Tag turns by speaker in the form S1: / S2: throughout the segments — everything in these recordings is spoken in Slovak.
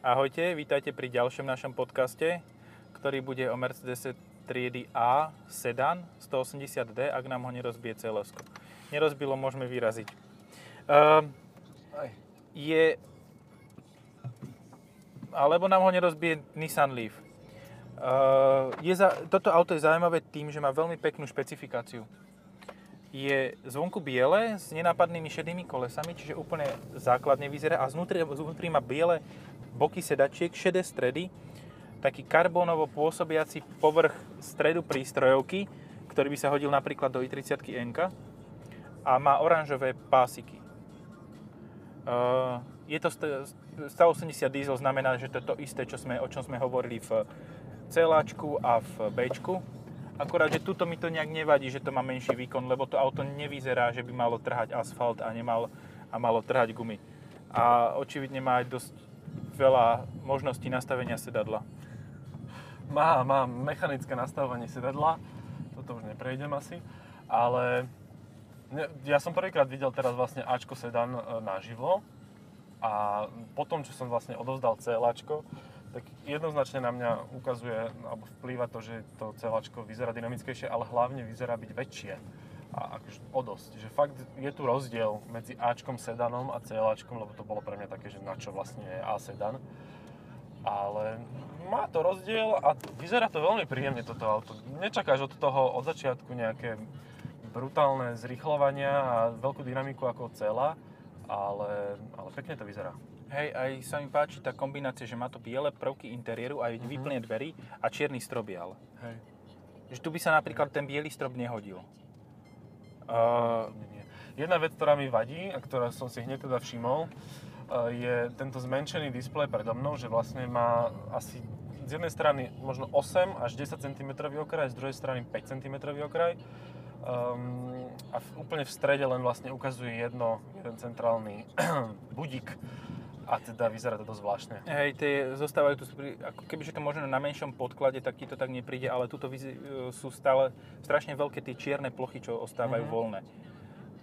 S1: Ahojte, vítajte pri ďalšom našom podcaste, ktorý bude o Mercedes triedy A sedan 180D, ak nám ho nerozbije cs Nerozbilo, môžeme vyraziť. Ehm,
S2: Aj.
S1: je... Alebo nám ho nerozbije Nissan Leaf. Ehm, je za... Toto auto je zaujímavé tým, že má veľmi peknú špecifikáciu. Je zvonku biele s nenápadnými šedými kolesami, čiže úplne základne vyzerá a znútri, znútri má biele boky sedačiek, šedé stredy, taký karbónovo pôsobiaci povrch stredu prístrojovky, ktorý by sa hodil napríklad do i30 NK a má oranžové pásiky. Uh, je to st- 180 diesel, znamená, že to je to isté, čo sme, o čom sme hovorili v celáčku a v Bčku. Akorát, že tuto mi to nejak nevadí, že to má menší výkon, lebo to auto nevyzerá, že by malo trhať asfalt a, nemal, a malo trhať gumy. A očividne má aj dosť veľa možností nastavenia sedadla.
S2: Má, má mechanické nastavovanie sedadla, toto už neprejdem asi, ale ne, ja som prvýkrát videl teraz vlastne Ačko sedan e, naživo a potom, čo som vlastne odovzdal CLAčko, tak jednoznačne na mňa ukazuje, alebo vplýva to, že to CLAčko vyzerá dynamickejšie, ale hlavne vyzerá byť väčšie a akože o dosť, že fakt je tu rozdiel medzi Ačkom sedanom a CLAčkom, lebo to bolo pre mňa také, že na čo vlastne je A sedan, ale má to rozdiel a vyzerá to veľmi príjemne toto auto. Nečakáš od toho od začiatku nejaké brutálne zrychľovania a veľkú dynamiku ako celá, ale, ale pekne to vyzerá.
S1: Hej, aj sa mi páči tá kombinácia, že má to biele prvky interiéru, aj výplne dverí a čierny strobial.
S2: Hej.
S1: Že tu by sa napríklad ten biely strop nehodil. Uh,
S2: Nie. Jedna vec, ktorá mi vadí a ktorá som si hneď teda všimol, e, je tento zmenšený displej predo mnou, že vlastne má asi z jednej strany možno 8 až 10 cm okraj, z druhej strany 5 cm okraj. Um, a v, úplne v strede len vlastne ukazuje jedno, jeden centrálny budík. A teda vyzerá to dosť zvláštne.
S1: Hej, tie zostávajú tu, pri- ako kebyže to možno na menšom podklade, tak ti to tak nepríde, ale tuto vyz- e, sú stále strašne veľké tie čierne plochy, čo ostávajú
S2: Mhm.
S1: voľné.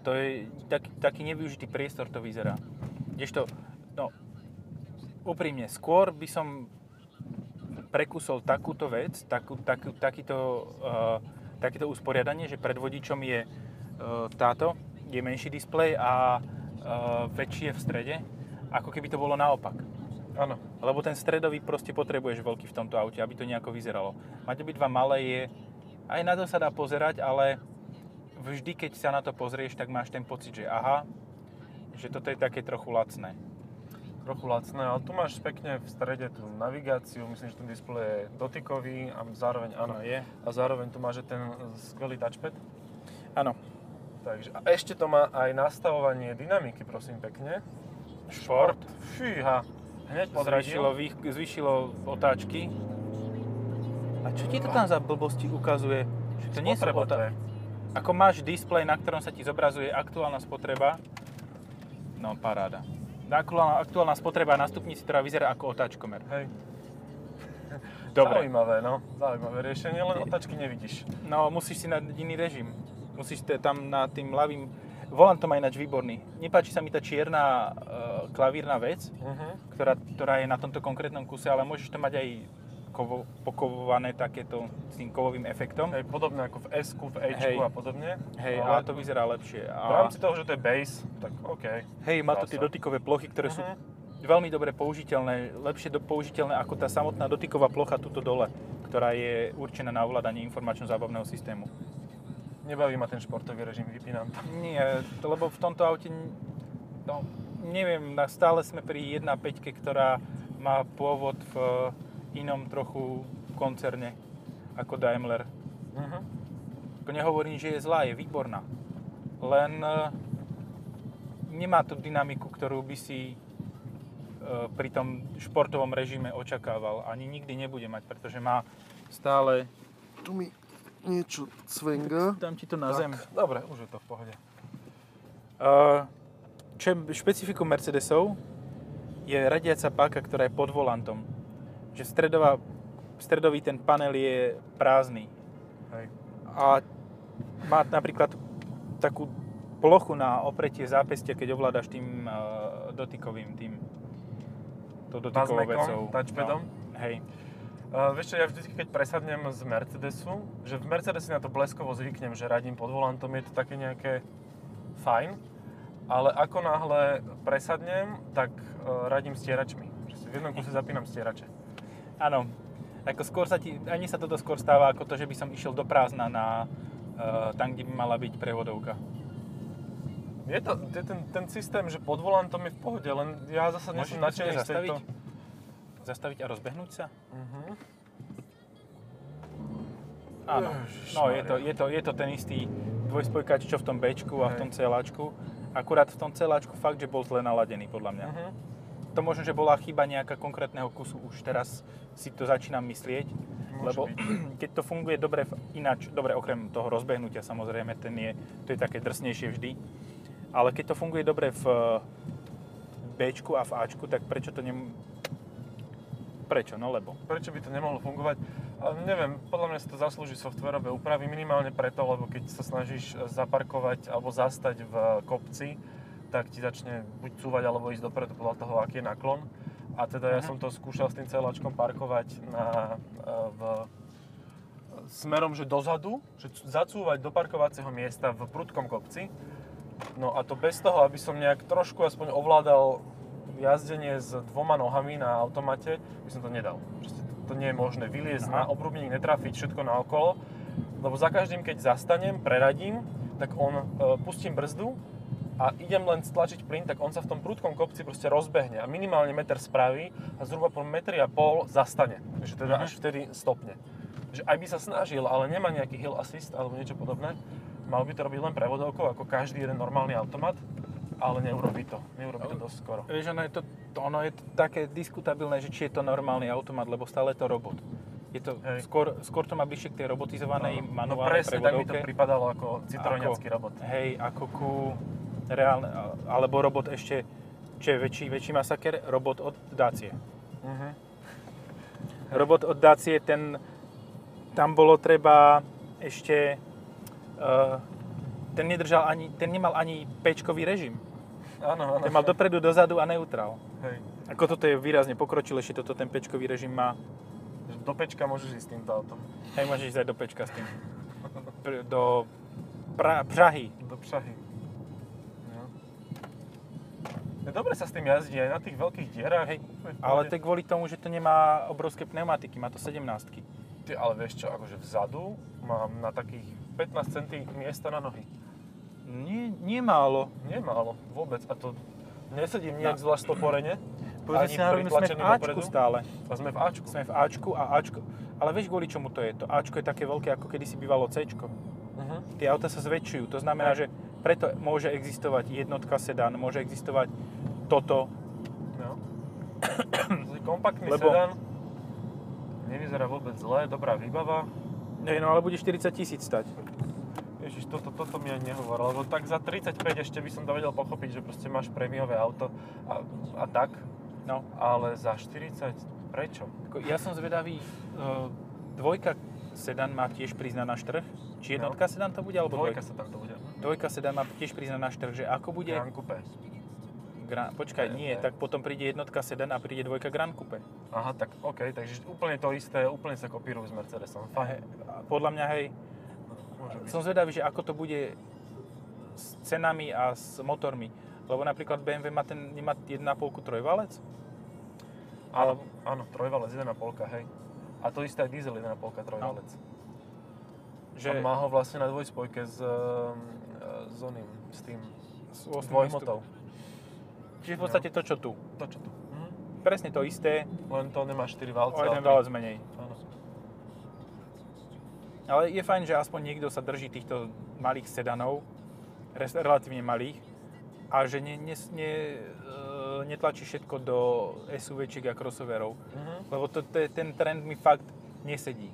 S1: To je taký, taký nevyužitý priestor to vyzerá. Kdežto, no, úprimne, skôr by som prekusol takúto vec, takú, takú, takýto, uh, takéto usporiadanie, že pred vodičom je uh, táto, je menší displej a uh, väčšie v strede, ako keby to bolo naopak.
S2: Áno.
S1: Lebo ten stredový proste potrebuješ veľký v tomto aute, aby to nejako vyzeralo. Mať obidva malé je, aj na to sa dá pozerať, ale vždy, keď sa na to pozrieš, tak máš ten pocit, že aha, že toto je také trochu lacné.
S2: trochu lacné, ale tu máš pekne v strede tú navigáciu, myslím, že ten displej je dotykový a zároveň, áno,
S1: Áno, je.
S2: a zároveň tu máš aj ten skvelý touchpad.
S1: Áno,
S2: Takže, a ešte to má aj nastavovanie dynamiky, prosím pekne.
S1: šport.
S2: Fíha, hneď
S1: Zrašilo,
S2: podradil.
S1: vych- zvýšilo otáčky. A čo ti to tam za blbosti ukazuje? Že to nie sú
S2: Spotreba to
S1: otá-
S2: je.
S1: Ako máš displej, na ktorom sa ti zobrazuje aktuálna spotreba, no paráda. Aktuálna, aktuálna spotreba na stupnici, ktorá vyzerá ako otáčkomer.
S2: Hej.
S1: Dobre,
S2: Zaujímavé, no. Zaujímavé riešenie, len otačky nevidíš.
S1: no musíš si na iný režim. Musíš te tam na tým ľavým... Volant to má ináč výborný. Nepáči sa mi tá čierna e, klavírna vec,
S2: Mhm.
S1: ktorá, ktorá je na tomto konkrétnom kuse, ale môžeš to mať aj kovo, pokovované takéto s tým kovovým efektom.
S2: Hej, podobne ako v s v e
S1: Hej.
S2: a podobne.
S1: Hej, ale
S2: ale
S1: to vyzerá lepšie.
S2: v
S1: A,
S2: rámci toho, že to je base, tak OK.
S1: hej, má to
S2: dá
S1: tie
S2: sa.
S1: dotykové plochy, ktoré sú
S2: Mhm.
S1: veľmi dobre použiteľné, lepšie do, použiteľné ako tá samotná dotyková plocha tuto dole, ktorá je určená na ovládanie informačno-zábavného systému.
S2: Nebaví ma ten športový režim, vypínam to.
S1: Nie, to- lebo v tomto aute, n- no, neviem, na- stále sme pri 1.5, ktorá má pôvod v inom trochu koncerne ako Daimler.
S2: Mhm.
S1: Ako Nehovorím, že je zlá, je výborná. Len e, nemá tú dynamiku, ktorú by si e, pri tom športovom režime očakával. Ani nikdy nebude mať, pretože má stále...
S2: Tu mi niečo cvenga.
S1: Dám ti to na zem.
S2: Dobre, už je to v pohode.
S1: Uh, čo je špecifikum Mercedesov, je radiaca páka, ktorá je pod volantom. Že stredová, stredový ten panel je prázdny.
S2: Hej.
S1: A má napríklad takú e, plochu na opretie zápestia, keď ovládaš tým uh, dotykovým tým to dotykovou vecou.
S2: Bazmekom, touchpadom. No.
S1: Hej.
S2: Uh, vieš čo, ja vždy, keď presadnem z Mercedesu, že v Mercedesi na to bleskovo zvyknem, že radím pod volantom, je to také nejaké fajn, ale ako náhle presadnem, tak uh, radím stieračmi. Že si v jednom kuse zapínam stierače.
S1: Áno. Ako skôr sa ti, ani sa toto skôr stáva ako to, že by som išiel do prázdna na uh, tam, kde by mala byť prevodovka.
S2: Je to, je ten, ten systém, že pod volantom je v pohode, len ja zase nie
S1: Môžeš
S2: som
S1: prosím
S2: nadšený z
S1: zastaviť?
S2: tejto...
S1: Zastaviť a rozbehnúť sa?
S2: Mhm.
S1: Áno.
S2: Ježišmarja.
S1: No, je to, je, to, je to ten istý dvojspojkač, čo v tom Bčku a v
S2: Hej.
S1: tom celáčku. Akurát v tom celáčku fakt, že bol zle naladený, podľa mňa.
S2: Mhm.
S1: To možno, že bola chyba nejaká konkrétneho kusu, už teraz si to začínam myslieť.
S2: Môže
S1: lebo
S2: byť.
S1: keď to funguje dobre v- ináč, dobre okrem toho rozbehnutia samozrejme, ten je, to je také drsnejšie vždy, ale keď to funguje dobre v Bčku a v Ačku, tak prečo to nem... Prečo? No lebo.
S2: Prečo by to nemohlo fungovať? Ale neviem, podľa mňa si to zaslúži softverové úpravy, minimálne preto, lebo keď sa snažíš e, zaparkovať alebo zastať v e, kopci, tak ti začne buď cúvať alebo ísť dopredu podľa toho, aký je naklon. A teda ja
S1: Mhm.
S2: som to skúšal s tým celáčkom parkovať na, e, v e, smerom, že dozadu, že c- zacúvať do parkovacieho miesta v prudkom kopci. No a to bez toho, aby som nejak trošku aspoň ovládal jazdenie s dvoma nohami na automate, by som to nedal. Proste to, to nie je možné. Vyliezť na
S1: Aha.
S2: obrubník, netrafiť všetko naokolo, lebo za každým, keď zastanem, preradím, tak on, e, pustím brzdu a idem len stlačiť plyn, tak on sa v tom prudkom kopci proste rozbehne a minimálne meter spraví a zhruba po metri a pol zastane. Takže teda
S1: Mhm.
S2: až vtedy stopne. Že aj by sa snažil, ale nemá nejaký hill assist alebo niečo podobné, mal by to robiť len prevodovkou ako každý jeden normálny automat, ale neurobi to. Neurobi to dosť skoro.
S1: Vieš, ono je to, to- ono je to také diskutabilné, že či je to normálny automat, lebo stále je to robot. Je to,
S2: Hej.
S1: skôr, skôr to má bližšie k tej robotizovanej
S2: Áno. no
S1: manuálnej
S2: presne, tak mi to
S1: prevodovke.
S2: pripadalo ako citroňacký robot.
S1: Hej, ako ku reálne, alebo robot ešte, čo je väčší, väčší masaker, robot od Dacie.
S2: Mhm.
S1: Robot od Dacie, ten, tam bolo treba ešte, uh, ten nedržal ani, ten nemal ani pečkový režim.
S2: Áno, áno.
S1: Ten mal dopredu, dozadu a neutrál.
S2: Hej.
S1: Ako toto je výrazne pokročilejšie, toto ten pečkový režim má.
S2: Že Do pečka môžeš ísť s týmto autom.
S1: Hej, môžeš ísť aj do pečka s tým. Pr- do pra- Prahy.
S2: Do Prahy. No. No Dobre sa s tým jazdí aj na tých veľkých dierách.
S1: Hej,
S2: Úplne v
S1: Ale
S2: pohode.
S1: to je kvôli tomu, že to nemá obrovské pneumatiky, má to 17
S2: Ty, ale vieš čo, akože vzadu mám na takých 15 cm miesta na nohy.
S1: Nie, nie málo.
S2: Nemálo, vôbec. A to nesedím nejak zvlášť stoporene.
S1: Povedzme
S2: Ani
S1: si na rovinu, sme v
S2: pritlačený
S1: Ačku
S2: dopredu?
S1: stále.
S2: A sme v Ačku.
S1: Sme v Ačku a Ačko. Ale vieš, kvôli čomu to je? To Ačko je také veľké, ako kedysi bývalo Cčko.
S2: Mhm.
S1: Tie auta sa zväčšujú, to znamená, že
S2: Hej.
S1: preto môže existovať jednotka sedán, môže existovať toto.
S2: No. Zlý kompaktný
S1: Lebo-
S2: sedan. Nevyzerá vôbec zle, dobrá výbava.
S1: Hej, no ale bude 40 tisíc stať.
S2: Ježiš, toto, toto mi ani nehovor, lebo tak za 35 ešte by som to vedel pochopiť, že proste máš prémiové auto a, a tak,
S1: No,
S2: ale za 40, prečo?
S1: ako ja som zvedavý, e, dvojka sedán má tiež prísť na náš trh. Či jednotka sedán to bude, alebo No. dvojka?
S2: Dvojka sa tam to bude.
S1: Dvojka sedán má tiež prísť na náš trh, že ako bude...
S2: Grand Coupe.
S1: Gran, počkaj, nie,
S2: Ne, ne.
S1: tak potom príde jednotka sedan a príde dvojka Grand Coupe.
S2: Aha, tak OK, takže úplne to isté, úplne sa kopírujú s Mercedesom.
S1: Hej,
S2: Fajn,
S1: a podľa mňa, hej,
S2: môže byť.
S1: som zvedavý, že ako to bude s cenami a s motormi. Lebo napríklad BMW má ten, nemá 1,5 trojvalec,
S2: Áno, áno, trojvalec, 1,5, hej. A to isté aj diesel 1,5 trojvalec.
S1: že
S2: Že... On má ho vlastne na dvojspojke s, ehm, e, s oným, s tým
S1: s
S2: s
S1: 8
S2: dvojmotou.
S1: Čiže v
S2: No.
S1: podstate to, čo tu.
S2: To čo tu? Mhm.
S1: Presne to isté,
S2: Len to nemá 4
S1: o
S2: valce.
S1: jeden
S2: ale-
S1: valec menej.
S2: Áno.
S1: Ale je fajn, že aspoň niekto sa drží týchto malých sedanov, res- relatívne malých, a že ne, ne, ne, e, netlačí všetko do SUVčiek a crossoverov.
S2: Mhm.
S1: Lebo to, to, je- ten trend mi fakt nesedí.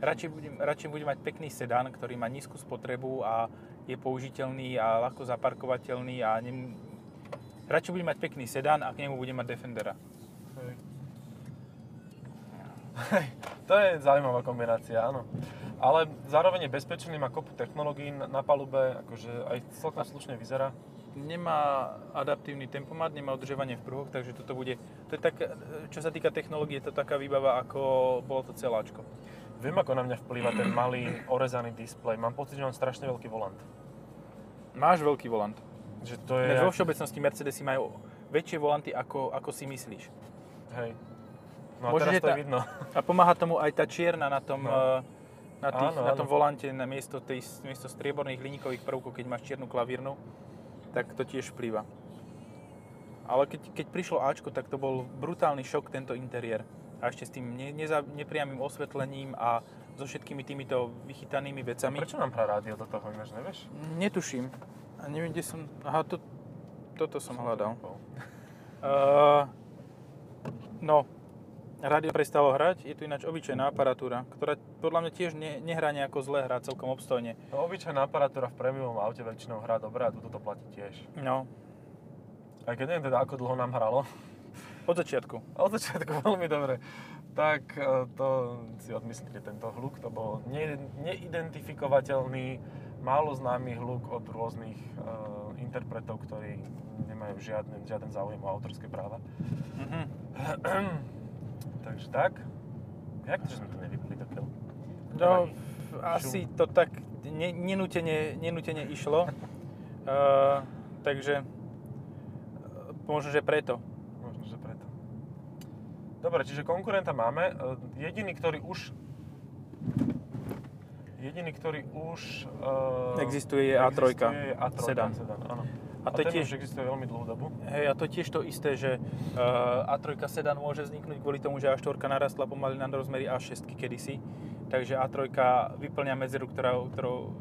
S1: Radšej budem, radšej budem mať pekný sedán, ktorý má nízku spotrebu a je použiteľný a ľahko zaparkovateľný a nem... radšej budem mať pekný sedán a k nemu budem mať Defendera.
S2: Hej. Hej, To je zaujímavá kombinácia, áno. Ale zároveň je bezpečný, má kopu technológií na na palube, akože aj celkom slušne vyzerá.
S1: nemá adaptívny tempomat, nemá udržovanie v pruhoch, takže toto bude, to je tak, e, čo sa týka technológie, to je taká výbava, ako bolo to celáčko.
S2: Viem, ako na mňa vplýva ten malý orezaný displej. Mám pocit, že mám strašne veľký volant.
S1: Máš veľký volant.
S2: Že to je...
S1: Ináč Vo všeobecnosti Mercedesy majú väčšie volanty, ako, ako si myslíš.
S2: Hej. No a
S1: Môže,
S2: teraz
S1: že
S2: to je
S1: tá-
S2: vidno.
S1: A pomáha tomu aj tá čierna na tom,
S2: No.
S1: no. na, tých,
S2: Áno,
S1: na tom
S2: áno.
S1: volante, na miesto, tej, miesto strieborných hliníkových prvkov, keď máš čiernu klavírnu, tak to tiež vplýva. Ale keď, keď prišlo Ačko, tak to bol brutálny šok tento interiér. A ešte s tým ne, neza, nepriamým osvetlením a so všetkými týmito vychytanými vecami.
S2: Prečo nám hrá rádio do toho ináč, nevieš?
S1: Netuším. A neviem, kde som... Aha, to, toto som
S2: Som to
S1: hľadal.
S2: vypol.
S1: Uh, no, rádio prestalo hrať, je tu ináč obyčajná aparatúra, ktorá podľa mňa tiež ne, nehrá nejako zle, hrá celkom obstojne.
S2: No obyčajná aparatúra v premium aute väčšinou hrá dobrá a toto to platí tiež.
S1: No,
S2: Aj keď neviem teda, ako dlho nám hralo.
S1: od začiatku.
S2: Od začiatku veľmi dobre. Tak e, to si odmyslíte, tento hluk, to bol ne, neidentifikovateľný, málo známy hluk od rôznych e, interpretov, ktorí nemajú žiadny, žiaden záujem o autorské práva.
S1: Mhm.
S2: Takže tak. Jak to, že sme to nevypli do keľu?
S1: No,
S2: Nevadí.
S1: asi to tak ne, nenútene, nenútene išlo. Uh, takže eh, možno, že preto.
S2: Možno, že preto. Dobre, čiže konkurenta máme. E, Jediný, ktorý už... Jediný, ktorý už... e,
S1: Existuje je A3.
S2: Existuje A3
S1: Sedan.
S2: sedan. áno.
S1: A to je
S2: ten
S1: tiež-
S2: už existuje veľmi dlhú dobu.
S1: Hej, a to je tiež to isté, že uh, A3 sedan môže vzniknúť kvôli tomu, že A4 narastla pomaly na rozmery A6 kedysi. Takže A3 vyplňa medzeru, ktorá, ktorou,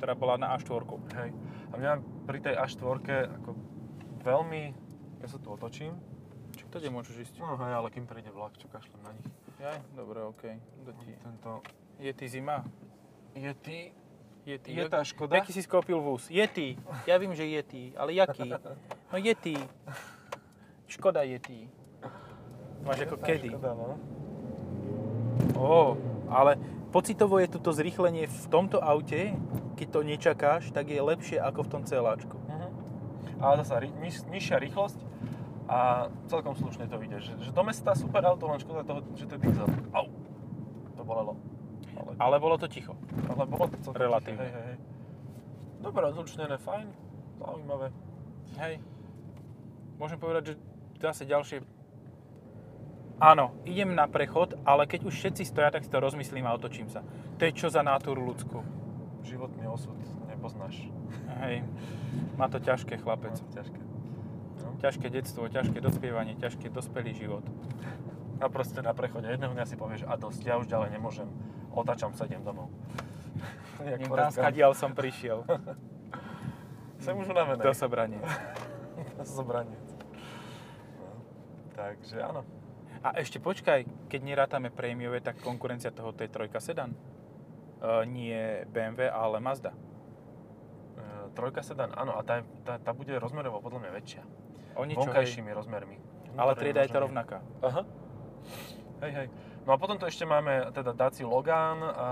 S1: ktorá bola na A4.
S2: Hej. A mňa pri tej A4 ako veľmi... Ja sa tu otočím.
S1: Čo kde môžeš ísť?
S2: No hej, ale kým príde vlak, čo kašlem na nich.
S1: Jaj, dobre, OK. Kto ti-
S2: Tento...
S1: Je ty zima?
S2: Je ty...
S1: Je ty.
S2: Je tá škoda?
S1: Jaký si skopil vúz? Yeti. Ja vím, že Yeti, ale jaký? No Yeti. Škoda Yeti. Máš ako
S2: tá
S1: kedy.
S2: Škoda, no.
S1: Ó, ale pocitovo je toto zrýchlenie v tomto aute, keď to nečakáš, tak je lepšie ako v tom celáčku.
S2: Mhm. Ale zasa ri- niž, nižšia rýchlosť a celkom slušne to ide. Že, že do mesta super auto, len škoda toho, že to je diesel. Au! To bolelo. Ale,
S1: Ale bolo to ticho.
S2: ale bolo to celkom
S1: Relatívne.
S2: Hej, hej, hej. Dobre, odlučnené, fajn. Zaujímavé.
S1: Hej. Môžem povedať, že zase ďalšie... Áno, idem na prechod, ale keď už všetci stoja, tak si to rozmyslím a otočím sa. To je čo za nátoru ľudskú.
S2: Životný osud nepoznáš.
S1: Hej. Má to ťažké, chlapec.
S2: No, ťažké. No.
S1: Ťažké detstvo, ťažké dospievanie, ťažké dospelý život.
S2: A proste na prechode jedného dňa si povieš, a dosť, ja už ďalej nemôžem. Otačam, sedem domov. Jak
S1: Neviem,
S2: Forrest Gump.
S1: skadiaľ som prišiel.
S2: Som už unavený.
S1: Do sobranie.
S2: Zobranie. No. Takže áno.
S1: A ešte počkaj, keď nerátame prémiové, tak konkurencia tohoto je trojka sedan. E, nie BMW, ale Mazda.
S2: E, trojka sedan, áno, a tá, je- tá, tá bude rozmerovo podľa mňa väčšia.
S1: O niečo, hej.
S2: Vonkajšími rozmermi.
S1: Ale
S2: Vnútorne
S1: trieda je to
S2: možno nie.
S1: rovnaká.
S2: Aha. Hej, hej. No a potom tu ešte máme teda Dacia Logan a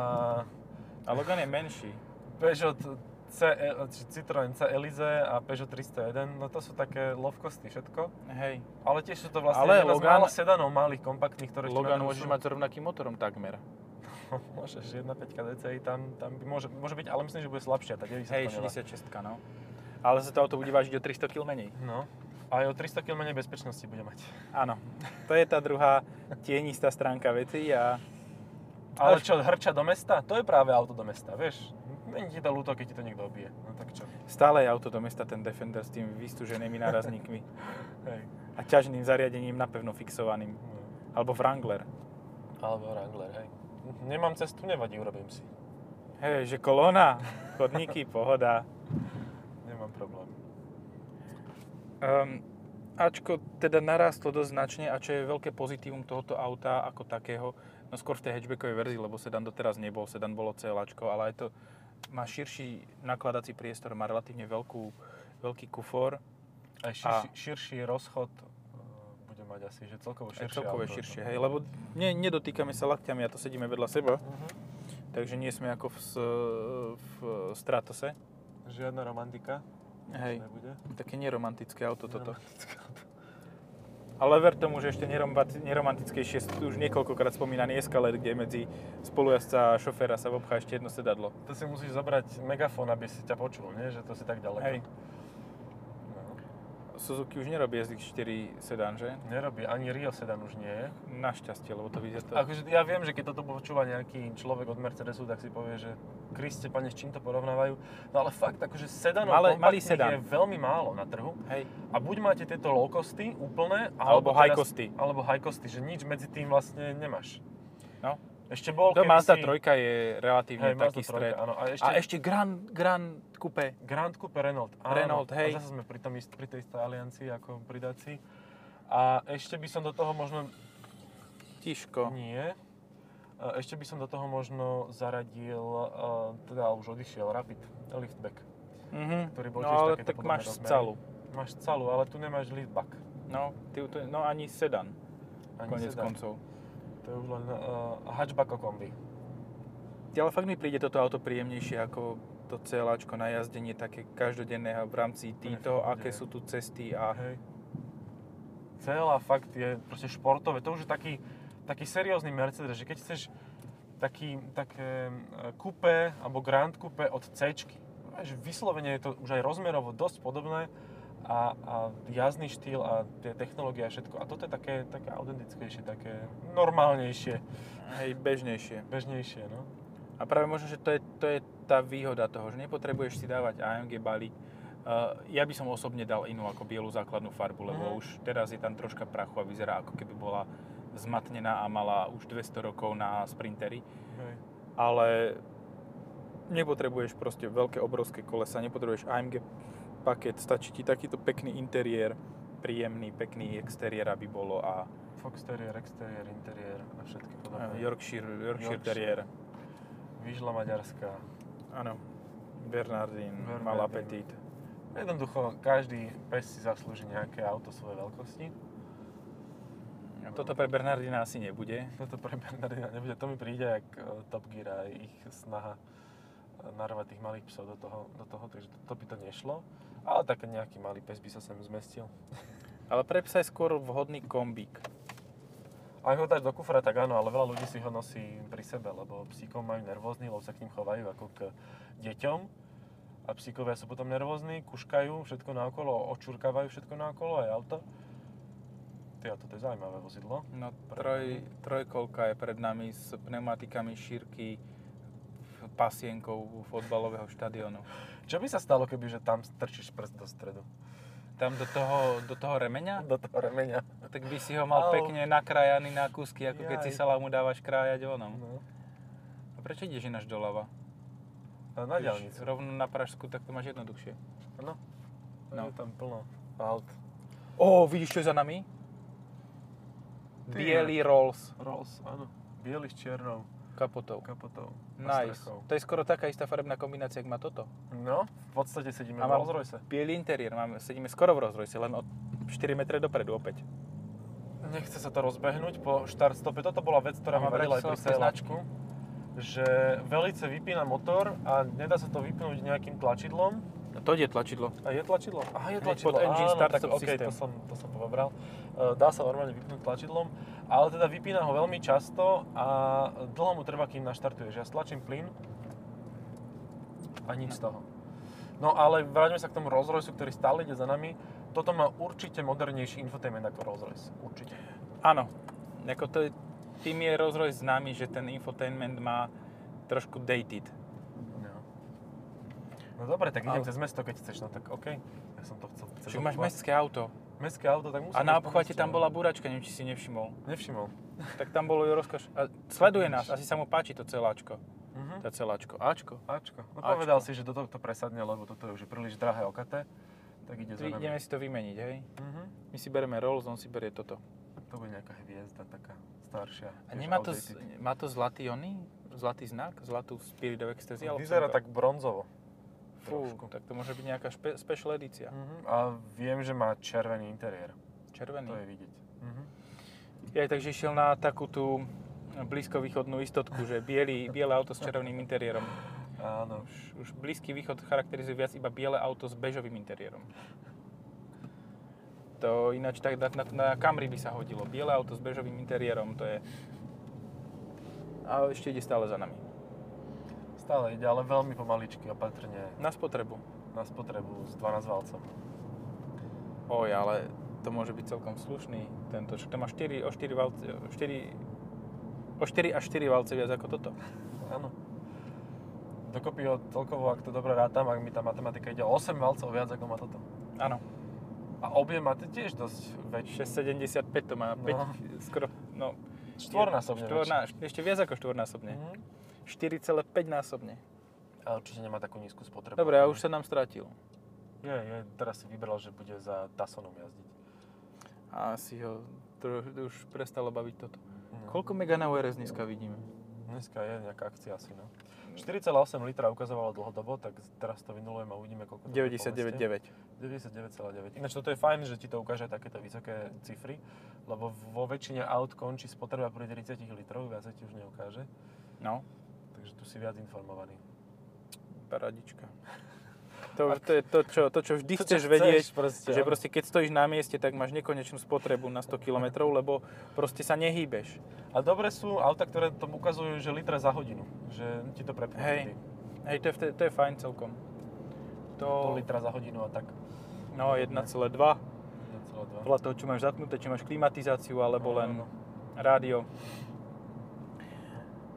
S1: A Logan je menší.
S2: Peugeot C, E, či Citroen C Elize a Peugeot 301. No to sú také lovkosti všetko.
S1: Hej.
S2: Ale tiež sú to vlastne
S1: Ale
S2: ale jedna
S1: Logan-
S2: Logan, z mála sedanov malých kompaktných, ktoré ešte
S1: Logan
S2: na trhu
S1: môžeš
S2: sú.
S1: mať s rovnakým motorom takmer.
S2: Môžeš 1.5 DCI, tam, tam by môže, môže byť, ale myslím, že bude slabšia, tá 90
S1: Hej,
S2: koňová.
S1: 66 no. Ale sa to auto bude vážiť o 300 kg menej.
S2: No. A aj o 300 km nebezpečnosti bude mať.
S1: Áno. To je tá druhá tienistá stránka veci a Ale-
S2: Ale čo, hrča do mesta? To je práve auto do mesta, vieš? Není ti to ľúto, keď ti to niekto obije. No tak čo?
S1: stále je auto do mesta ten Defender s tým vystúženými nárazníkmi
S2: Hej.
S1: a ťažným zariadením napevno fixovaným.
S2: No.
S1: Alebo Wrangler.
S2: Alebo Wrangler, hej. Nemám cestu, nevadí, urobím si.
S1: Hej, že kolóna, chodníky, pohoda.
S2: Nemám problém.
S1: Um, Ačko teda narástlo dosť značne a čo je veľké pozitívum tohoto auta ako takého, no skôr v tej hatchbackovej verzii, lebo sedan doteraz nebol, sedan bolo celáčko, ale aj to má širší nakladací priestor, má relatívne veľkú, veľký kufor,
S2: Aj širší, širší rozchod e, bude mať asi, že celkovo
S1: aj
S2: širšie
S1: celkové
S2: auto. no.
S1: širšie, no. hej, lebo ne, nedotýkame sa lakťami a to sedíme vedľa seba,
S2: Mhm.
S1: takže nie sme ako v, s- v Stratose.
S2: Žiadna romantika.
S1: Hej.
S2: Nebude.
S1: Také neromantické auto toto.
S2: Romantické auto.
S1: Ale ver tomu, že ešte nerombat- neromantickejšie, už niekoľkokrát spomínaný Escalade, kde medzi spolujazca a šoféra sa obchá ešte jedno sedadlo.
S2: To si musíš zobrať megafón, aby si ťa počul, nie? Že to si tak ďaleko.
S1: Hej.
S2: No.
S1: Suzuki už nerobí SX4 sedán, že?
S2: Nerobí, ani Rio sedan už nie je.
S1: Našťastie, lebo to vyzerá to...
S2: Akože ja viem, že keď toto počúva nejaký človek od Mercedesu, tak si povie, že Kriste, pane, s čím to porovnávajú. No ale fakt, akože sedanov
S1: Malé- malý
S2: kompaktných
S1: sedan.
S2: je veľmi málo na trhu.
S1: Hej.
S2: A buď máte tieto low costy úplné,
S1: Alebo
S2: teraz-
S1: high costy.
S2: Alebo high costy, že nič medzi tým vlastne nemáš.
S1: No.
S2: Ešte bol
S1: To
S2: kedysi-
S1: Mazda 3 je relatívne
S2: Hej,
S1: hey, taký
S2: Mazda
S1: stred.
S2: trojka, áno. A ešte,
S1: A ešte Grand, Grand Coupe.
S2: Grand Coupe Renault. Áno,
S1: Renault, hej.
S2: A zase sme pri, tom, ist- pri tej istej aliancii ako pri Daci. A ešte by som do toho možno...
S1: Tiško.
S2: Nie. E, Ešte by som do toho možno zaradil, e, teda už odišiel, Rapid, liftback,
S1: Mhm.
S2: ktorý bol
S1: No
S2: tiež
S1: ale
S2: takéto
S1: tak
S2: podobné
S1: máš
S2: rozmery.
S1: scalu.
S2: Máš calu, ale tu nemáš liftback.
S1: No, ty, tu- no ani sedan, konec
S2: sedan.
S1: koncov.
S2: To je už len uh, hatchback o kombi.
S1: Ale fakt mi príde toto auto príjemnejšie ako to celáčko na jazdenie také každodenné a v rámci
S2: Úplne v
S1: týto,
S2: pohode.
S1: aké sú tu cesty a
S2: Hej. Celá fakt je proste športové. To už je taký, taký seriózny Mercedes, že keď chceš taký, také kupe alebo Grand Coupe od C, vyslovene je to už aj rozmerovo dosť podobné a, a jazdný štýl a tie technológie a všetko. A toto je také, také autentickejšie, také normálnejšie,
S1: hej, bežnejšie.
S2: bežnejšie, no.
S1: A práve možno, že to je, to je tá výhoda toho, že nepotrebuješ si dávať AMG balík. Uh, ja by som osobne dal inú ako bielu základnú farbu, lebo
S2: Mhm.
S1: už teraz je tam troška prachu a vyzerá ako keby bola zmatnená a mala už 200 rokov na sprintery.
S2: Hej.
S1: Ale nepotrebuješ proste veľké obrovské kolesa, nepotrebuješ AMG paket, stačí ti takýto pekný interiér, príjemný, pekný exteriér, aby bolo a
S2: Fox Terrier, exteriér, interiér a všetky podobné.
S1: eh, Yorkshire, Yorkshire,
S2: Yorkshire.
S1: Terrier.
S2: Výžla maďarská.
S1: Áno, Bernardín,
S2: Bernardín.
S1: mal apetít.
S2: Jednoducho, každý pes si zaslúži nejaké auto svojej veľkosti.
S1: Toto pre Bernardina asi nebude.
S2: Toto pre Bernardina nebude. To mi príde, jak e, Top Gear a ich snaha e, narvať tých malých psov do toho, do toho takže to, to by to nešlo. Ale tak nejaký malý pes by sa sem zmestil.
S1: Ale pre psa je skôr vhodný kombík.
S2: A ak ho dáš do kufra, tak áno, ale veľa ľudí si ho nosí pri sebe, lebo psíkov majú nervózny, lebo sa k ním chovajú ako k deťom. A psíkovia sú potom nervózni, kuškajú všetko naokolo, očurkávajú všetko naokolo aj auto. Ty, a toto je zaujímavé vozidlo.
S1: No troj, trojkolka je pred nami s pneumatikami šírky pasienkou fotbalového štadiónu.
S2: Čo by sa stalo, keby že tam strčíš prst do stredu?
S1: Tam do toho, do toho remeňa,
S2: Do toho remeňa.
S1: No tak by si ho mal
S2: Au.
S1: pekne nakrájaný na kúsky, ako keď si
S2: Jaj.
S1: salámu dávaš krájať onom.
S2: No.
S1: A prečo ideš ináč doľava?
S2: A na
S1: Ideš
S2: diálnicu.
S1: Rovno na Pražsku, tak to máš jednoduchšie.
S2: No.
S1: No.
S2: no. Je tam plno aut.
S1: Ó, vidíš, čo je za nami?
S2: Ty.
S1: Bielý Rolls
S2: Rolls, áno. Bielý s čiernou
S1: kapotou.
S2: kapotou. a
S1: Nice.
S2: strechou.
S1: To je skoro taká istá farebná kombinácia, jak má toto.
S2: No, v podstate sedíme
S1: A
S2: v
S1: mám-
S2: Rolls Royce.
S1: Bielý interiér, máme, sedíme skoro v Rolls-Royce, len o 4 metre dopredu opäť.
S2: Nechce sa to rozbehnúť po štart stope. Toto bola vec,
S1: A
S2: ktorá
S1: má
S2: ma vadila aj pri
S1: bratislavské
S2: sedačku. Že velice vypína motor a nedá sa to vypnúť nejakým tlačidlom.
S1: A to je tlačidlo.
S2: A je tlačidlo? Aha,
S1: Hneď
S2: je
S1: pod
S2: tlačidlo.
S1: engine
S2: Áno,
S1: start,
S2: tak
S1: stop
S2: OK,
S1: system.
S2: to som, to som povabral. E, Dá sa normálne vypnúť tlačidlom, ale teda vypína ho veľmi často a dlho mu trvá, kým naštartuješ. Ja stlačím plyn a nič z toho. No ale vráťme sa k tomu Rolls Royce, ktorý stále ide za nami. Toto má určite modernejší infotainment ako Rolls Royce. Určite.
S1: Áno. Ako to je, tým je Rolls-Royce známy, že ten infotainment má trošku dated.
S2: No. No dobre, tak
S1: Ale-
S2: idem cez mesto, keď chceš, no tak OK. Ja som to chcel. cez
S1: Čiže máš
S2: obchvat.
S1: mestské auto.
S2: mestské auto, tak musím
S1: A na
S2: ísť po
S1: obchvate
S2: meste,
S1: tam
S2: no.
S1: bola búračka, neviem, či si nevšimol.
S2: Nevšimol.
S1: Tak tam bolo ju rozkoš... A sleduje nás, asi sa mu páči to celáčko.
S2: Mhm.
S1: To celáčko. Ačko.
S2: Ačko. No
S1: Ačko.
S2: povedal si, že do tohto presadne, lebo toto je už príliš drahé okaté. Tak ide za
S1: Ty,
S2: nami.
S1: ideme si to vymeniť, hej?
S2: Mhm.
S1: My si bereme Rolls, on si berie toto.
S2: To bude nejaká hviezda taká staršia.
S1: A
S2: tiež
S1: nemá to, z-
S2: outdated.
S1: má to zlatý ony? Zlatý znak? Zlatú Spirit of Ecstasy? alebo
S2: No,
S1: čo
S2: Vyzerá
S1: to-
S2: tak bronzovo.
S1: Fú,
S2: trošku.
S1: tak to môže byť nejaká špe- special edícia.
S2: Mhm. A viem, že má červený interiér.
S1: Červený.
S2: To je vidieť. Mhm.
S1: Ja takže išiel na takú tú blízkovýchodnú istotku, že biely, biele auto s červeným interiérom.
S2: Áno.
S1: Už, už Blízky východ charakterizuje viac iba biele auto s bežovým interiérom. To ináč tak na, na, na Camry by sa hodilo. Biele auto s bežovým interiérom, to je... A ešte ide stále za nami.
S2: Stále ide, ale veľmi pomaličky, opatrne
S1: Na spotrebu.
S2: na spotrebu s 12 valcom.
S1: Oj, ale to môže byť celkom slušný tento. Však to má 4, o 4, valce, 4, o 4 až 4 valce viac ako toto.
S2: Áno. Dokopy ho celkovo, ak to dobre rátam, ak mi tá matematika ide o 8 valcov viac ako má toto.
S1: Áno.
S2: A objem má tiež dosť väčší.
S1: 6,75 to má.
S2: No.
S1: 5, skoro, no,
S2: Štvornásobne väčší.
S1: štvorná, Ešte viac ako štvornásobne.
S2: Mhm.
S1: 4,5 násobne.
S2: Ale určite nemá takú nízku spotrebu.
S1: Dobre, a už sa nám strátil.
S2: Je, je, teraz si vybral, že bude za Dasonom jazdiť.
S1: A si ho tro, už prestalo baviť toto.
S2: No.
S1: Koľko mega na URS dneska vidíme?
S2: Dneska je nejaká akcia asi, no. 4,8 litra ukazovalo dlhodobo, tak teraz to vynulujem a uvidíme, koľko to bude po meste.
S1: 99,9.
S2: 99,9. Ináč toto je fajn, že ti to ukáže aj takéto vysoké cifry, lebo vo väčšine aut končí spotreba pri 30 litroch, viac sa ti už neukáže,
S1: No,
S2: takže tu si viac informovaný.
S1: paradička. To, to je to, čo, to, čo vždy
S2: To, čo
S1: chceš
S2: chceš,
S1: vedieť,
S2: proste,
S1: že
S2: áno.
S1: proste keď stojíš na mieste, tak máš nekonečnú spotrebu na 100 km, lebo proste sa nehýbeš.
S2: A dobre sú auta, ktoré to ukazujú, že litre za hodinu, že ti to prepne.
S1: Hej.
S2: vtedy.
S1: Hej, to je, vtedy- to je fajn celkom.
S2: Pol
S1: To,
S2: litra za hodinu a tak.
S1: no 1,2,
S2: 1,2.
S1: podľa toho, čo máš zapnuté, či máš klimatizáciu, alebo
S2: No,
S1: len
S2: no.
S1: rádio.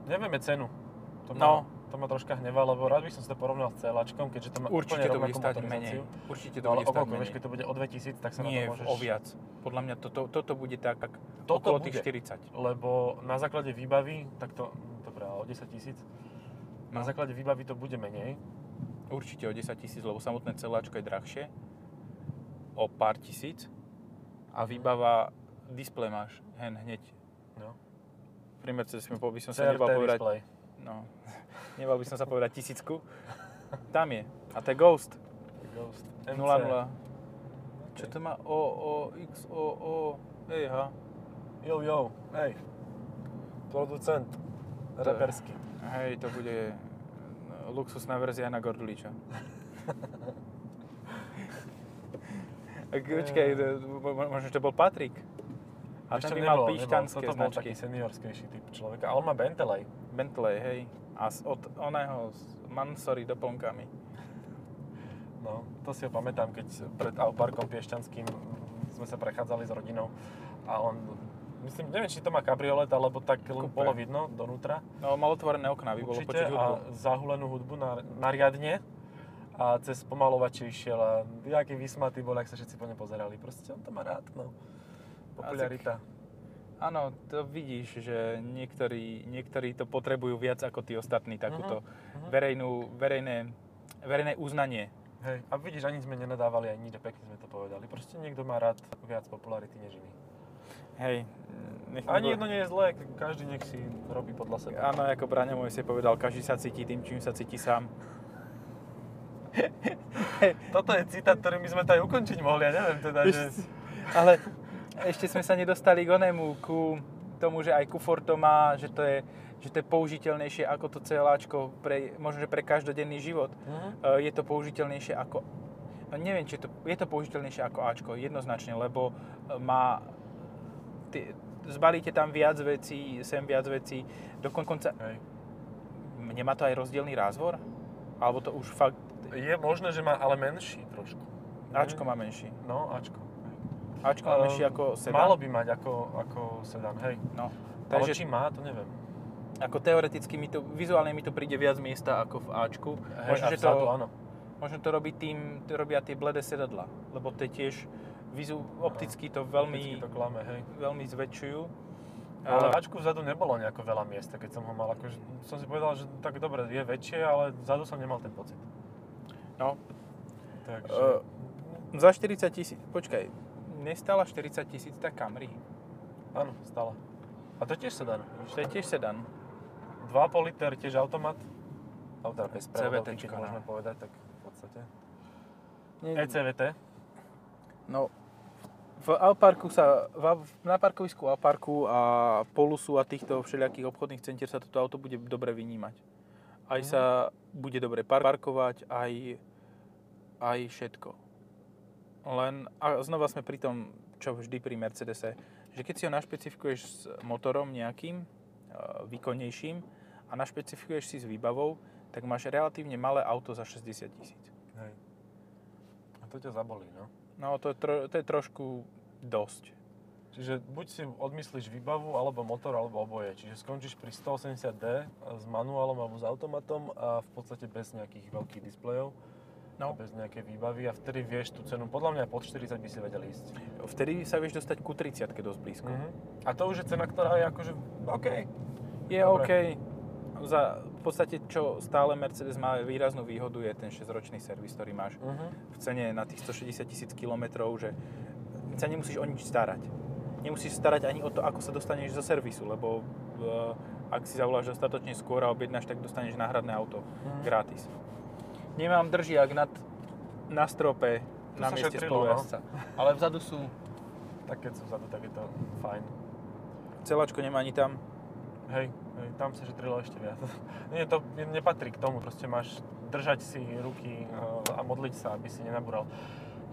S2: Nevieme cenu. To ma,
S1: No.
S2: to ma troška hnevá, lebo rád by som si to porovnal s celáčkom, keďže to má
S1: Určite
S2: úplne
S1: to bude
S2: rovnakú
S1: stať
S2: motorizáciu.
S1: menej. Určite to
S2: No, ale
S1: bude
S2: o
S1: stať
S2: koľko, vieš,
S1: menej.
S2: keď to bude o 2000, tak sa
S1: Nie,
S2: na to môžeš...
S1: o viac. Podľa mňa toto, toto bude tak, tak
S2: Toto
S1: okolo
S2: bude.
S1: tých 40.
S2: Lebo na základe výbavy, tak to... Dobre, ale o 10 tisíc. Na
S1: No.
S2: základe výbavy to bude menej.
S1: Určite o 10 tisíc, lebo samotné celáčko je drahšie. O pár tisíc. A výbava, displej máš hen hneď.
S2: No.
S1: Pri Mercedes mi po- by som sa
S2: CRT
S1: nebal povedať,
S2: display.
S1: no, nebal by som sa povedať tisícku. Tam je. A to je Ghost.
S2: Ghost.
S1: 00.
S2: MC.
S1: Čo to má? O, O, X, O, O, EH.
S2: Jo, jo. Hej. Producent.
S1: To je-
S2: Reperský.
S1: Hej, to bude e, luxusná verzia na Gorduliča. Tak
S2: Ehm.
S1: Počkaj, to- mo- mo- možno to bol Patrik. A
S2: Ešte
S1: ten by mal
S2: nebol, nebol.
S1: píšťanské
S2: Toto bol
S1: značky.
S2: taký seniorskejší typ človeka. A on má Bentley.
S1: Bentley, hej. A s- od oného s Mansory doplnkami.
S2: No, to si ho pamätám, keď pred Auparkom Piešťanským sme sa prechádzali s rodinou a on, myslím, neviem, či to má kabriolet, alebo tak len
S1: Kupé.
S2: bolo vidno donútra.
S1: No, mal otvorené okná, aby bolo počuť
S2: Určite a
S1: hudbu.
S2: zahulenú hudbu na, nariadne a cez pomalovače išiel a jaký vysmatý bol, ak sa všetci po ne pozerali. Proste on to má rád, no. Popularita.
S1: Áno, to vidíš, že niektorí, niektorí to potrebujú viac ako tí ostatní, takúto
S2: mhm.
S1: verejnú, verejné, verejné uznanie.
S2: Hej. A vidíš, ani sme nenadávali, ani nič, pekne sme to povedali. Proste niekto má rád viac popularity než iný.
S1: Hej, nech nebudú-
S2: Ani jedno nie je zlé, každý nech si robí podľa seba.
S1: Áno, ako Braňo môj si povedal, každý sa cíti tým, čím sa cíti sám.
S2: Toto je citát, ktorý my sme to aj ukončiť mohli, ja neviem teda, že...
S1: Ale ešte sme sa nedostali k onému, ku tomu, že aj kufor to má, že to je, že to je použiteľnejšie ako to celáčko, pre, možno že pre každodenný život.
S2: Mhm.
S1: E, Je to použiteľnejšie ako... no Neviem, či je to, je to použiteľnejšie ako Ačko, jednoznačne, lebo e, má... Ty, zbalíte tam viac vecí, sem viac vecí, dokonca...
S2: Hej.
S1: Nemá to aj rozdielný rázvor? Alebo to už fakt...
S2: Je možné, že má ale menší trošku.
S1: Ačko má menší.
S2: No, Ačko. hej.
S1: Ačko má
S2: Ehm,
S1: menší ako sedan.
S2: Malo by mať ako, ako sedan, hej.
S1: No.
S2: Takže...
S1: Takže
S2: Ale či má, to neviem.
S1: ako teoreticky mi to, vizuálne mi to príde viac miesta ako v Ačku. možno,
S2: a
S1: že to,
S2: vzadu, áno.
S1: možno to robí tým, to robia tie bledé sedadla, lebo tie tiež vizu, opticky to veľmi,
S2: Vždycky to klame, hej.
S1: veľmi zväčšujú.
S2: Ale
S1: Ale
S2: v Ačku vzadu nebolo nejako veľa miesta, keď som ho mal. Akože, som si povedal, že tak dobre, je väčšie, ale vzadu som nemal ten pocit.
S1: no,
S2: Takže...
S1: E, za 40 tisíc, počkaj, nestala 40 tisíc tá Camry.
S2: Áno, stále. A to tiež sedan. vidíš?
S1: To je tiež sedan.
S2: 2,5 liter tiež automat. Alebo teda bez
S1: CVTčko,
S2: prevodovky, keď
S1: no.
S2: môžeme povedať, tak v podstate.
S1: Nie,
S2: ECVT.
S1: No, v Alparku sa, v, Al- na parkovisku Alparku a Polusu a týchto všelijakých obchodných centier sa toto auto bude dobre vynímať. aj sa bude dobre par- parkovať, aj, aj všetko. Len, a znova sme pri tom, čo vždy pri Mercedese, že keď si ho našpecifikuješ s motorom nejakým, e, výkonnejším, a našpecifikuješ si s výbavou, tak máš relatívne malé auto za 60 tisíc.
S2: Hej. A to ťa zabolí, no.
S1: No to je, tro, to je trošku dosť.
S2: Čiže buď si odmyslíš výbavu, alebo motor, alebo oboje. Čiže skončíš pri 180D s manuálom alebo s automatom a v podstate bez nejakých veľkých displejov,
S1: No,
S2: no. bez nejakej výbavy a vtedy vieš tú cenu. Podľa mňa pod 40 by si vedel ísť.
S1: vtedy sa vieš dostať ku 30 dosť blízko.
S2: Mhm. A to už je cena, ktorá je akože OK.
S1: Je
S2: Dobre.
S1: OK. Za, v podstate, čo stále Mercedes má výraznú výhodu, je ten 6-ročný servis, ktorý máš
S2: Mhm.
S1: v cene na tých 160 tisíc kilometrov, že sa nemusíš o nič starať. Nemusíš sa starať ani o to, ako sa dostaneš zo servisu, lebo e, ak si zavoláš dostatočne skôr a objednáš, tak dostaneš náhradné auto
S2: Mhm.
S1: gratis. Nemám držiak nad, na strope
S2: To
S1: na
S2: sa
S1: mieste
S2: šetrilo, no.
S1: spolujazdca. Ale vzadu sú,
S2: Tak keď sú vzadu, tak je to fajn.
S1: celačko nemá ani tam.
S2: Hej, hej tam sa šetrilo ešte viac. Nie, to ne- nepatrí k tomu, proste máš držať si ruky e, a modliť sa, aby si nenabúral.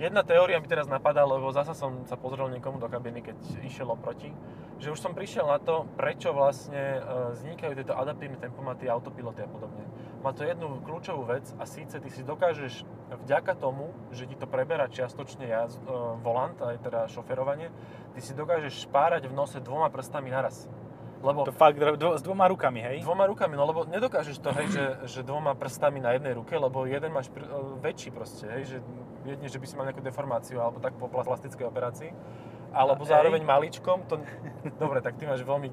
S2: Jedna teória mi teraz napadá, lebo zasa som sa pozrel niekomu do kabiny, keď išiel oproti, že už som prišiel na to, prečo vlastne e, vznikajú tieto adaptívne tempomaty, autopiloty a podobne. Má to jednu kľúčovú vec a síce ty si dokážeš vďaka tomu, že ti to preberá čiastočne jazd, e, volant, aj teda šoferovanie, ty si dokážeš špárať v nose dvoma prstami naraz. Lebo
S1: To fakt, dvo, s dvoma rukami, hej?
S2: Dvoma rukami, no lebo nedokážeš to, hej, že, že dvoma prstami na jednej ruke, lebo jeden máš pr- e, väčší proste, hej, že jedne, že by si mal nejakú deformáciu alebo tak po pla- plastickej operácii,
S1: A, No,
S2: alebo
S1: hej.
S2: zároveň maličkom, to... Dobre, tak ty máš veľmi,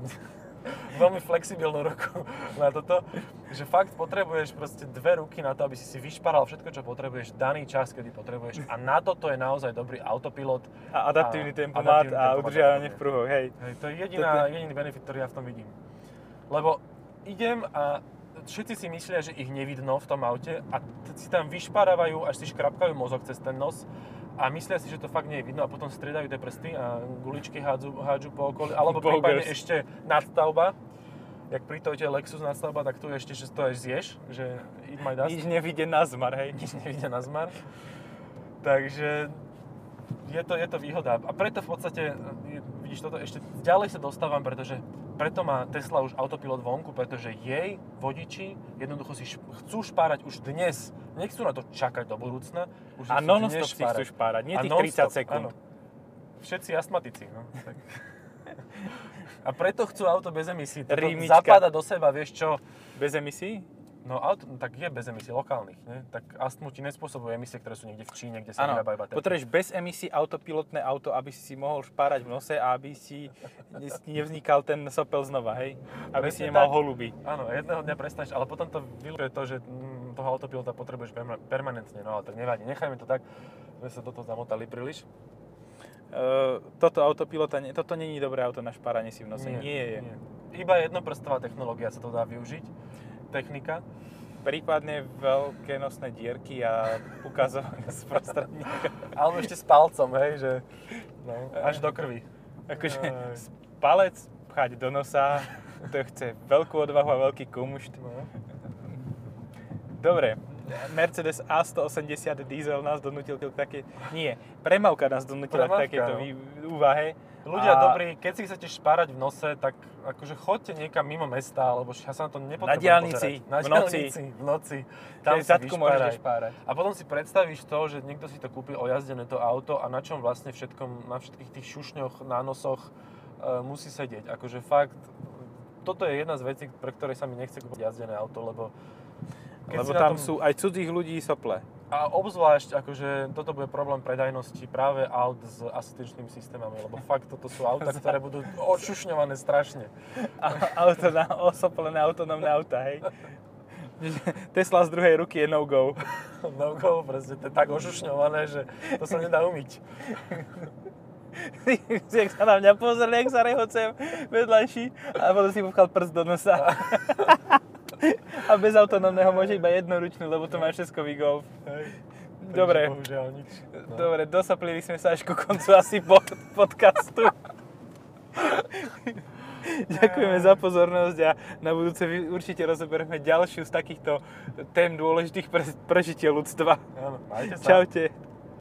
S2: veľmi flexibilnú ruku na toto, že fakt potrebuješ proste dve ruky na to, aby si si vyšparal všetko, čo potrebuješ, daný čas, kedy potrebuješ a na toto je naozaj dobrý autopilot.
S1: A adaptívny
S2: A-
S1: tempomat
S2: adaptívny
S1: a
S2: tempomat,
S1: udržiavanie v
S2: áno.
S1: pruhoch, hej.
S2: Hej, to je jediná, jediný benefit, ktorý ja v tom vidím. Lebo idem a všetci si myslia, že ich nevidno v tom aute a t- si tam vyšparávajú, až si škrapkajú mozog cez ten nos a myslia si, že to fakt nie je vidno a potom striedajú tie prsty a guličky hádzu, hádžu po okolí, alebo
S1: Bogus.
S2: prípadne ešte nadstavba. Jak pri Toyota Lexus nadstavba, tak tu ešte, že to aj zješ, že eat my dust
S1: Nič nevidie na zmar, hej.
S2: nič nevidia na zmar. Takže je to, je to výhoda. A preto v podstate, e, vidíš, toto ešte ďalej sa dostávam, pretože preto má Tesla už autopilot vonku, pretože jej vodiči jednoducho si š- chcú špárať už dnes. Nechcú na to čakať do budúcna. Už
S1: A
S2: chcú
S1: non-stop
S2: dnes
S1: si chcú špárať, nie
S2: A
S1: tých
S2: non-stop,
S1: 30 sekúnd.
S2: áno. Všetci astmatici, no. Tak. A preto chcú auto bez emisí. Toto
S1: Rímička.
S2: Zapáda do seba, vieš čo?
S1: Bez emisí?
S2: No auto, no tak je bez emisí lokálnych, ne? Tak astmu ti nespôsobuje emisie, ktoré sú niekde v Číne, kde sa
S1: Áno,
S2: vyrábajú baterky.
S1: potrebuješ bez emisí autopilotné auto, aby si si mohol špárať v nose a aby si ne- nevznikal ten sopel znova, hej? Aby si
S2: Presne
S1: nemal
S2: tak.
S1: holuby.
S2: Áno, jedného dňa prestaneš, ale potom to vylučuje to, že mm, toho autopilota potrebuješ perma- permanentne, no ale tak nevadí, nechajme to tak, sme sa do toho zamotali príliš.
S1: Uh, toto autopilota, ne- toto není dobré auto na špáranie si v nose, nie, je.
S2: nie. Iba jednoprstová technológia sa to dá využiť, technika.
S1: Prípadne veľké nosné dierky a ukazovanie z prostredníka.
S2: Alebo ešte s palcom, hej, že no, až do krvi.
S1: Akože
S2: Aj.
S1: s- palec pchať do nosa, to chce veľkú odvahu a veľký kumušt.
S2: No.
S1: Dobre, Mercedes A180 diesel nás donútil k také... Nie, premávka nás donútila k
S2: Premávka,
S1: takejto
S2: no.
S1: vý- úvahe.
S2: Ľudia
S1: A-
S2: dobrí, keď si chcete špárať v nose, tak akože chodte niekam mimo mesta, lebo ja sa na to nepotrebujem
S1: diaľnici,
S2: pozerať. Na
S1: v noci.
S2: diaľnici, v noci.
S1: Tam
S2: Tam si
S1: zadku
S2: vyšpáraj.
S1: môžeš špárať.
S2: A potom si predstavíš to, že niekto si to kúpi ojazdené to auto a na čom vlastne všetkom, na všetkých tých šušňoch, nánosoch e, musí sedieť. Akože fakt, toto je jedna z vecí, pre ktoré sa mi nechce kúpiť jazdené auto, lebo keď
S1: Lebo
S2: si na
S1: tam sú aj cudzích ľudí sople.
S2: A obzvlášť, akože toto bude problém predajnosti práve aut s asistenčnými systémami, lebo fakt toto sú auta, ktoré budú odšušňované strašne.
S1: A- Auto na osoplené autonómne auta, hej. Tesla z druhej ruky je no go.
S2: No go, proste to je tak ošušňované, že to sa nedá umyť.
S1: Jak sa na mňa pozrel, jak sa rehocem vedľajší a potom si popchal prst do nosa. A bez autonómneho môže iba jednoručný, lebo to má šeskový golf.
S2: Takže
S1: Dobre.
S2: Bohužiaľ nič. No.
S1: Dobre, dosoplili sme sa až ku koncu asi pod, podcastu. Ďakujeme za pozornosť a na budúce vy- určite rozoberieme ďalšiu z takýchto tém dôležitých pre prežitie ľudstva.
S2: Áno, majte sa.
S1: Čaute.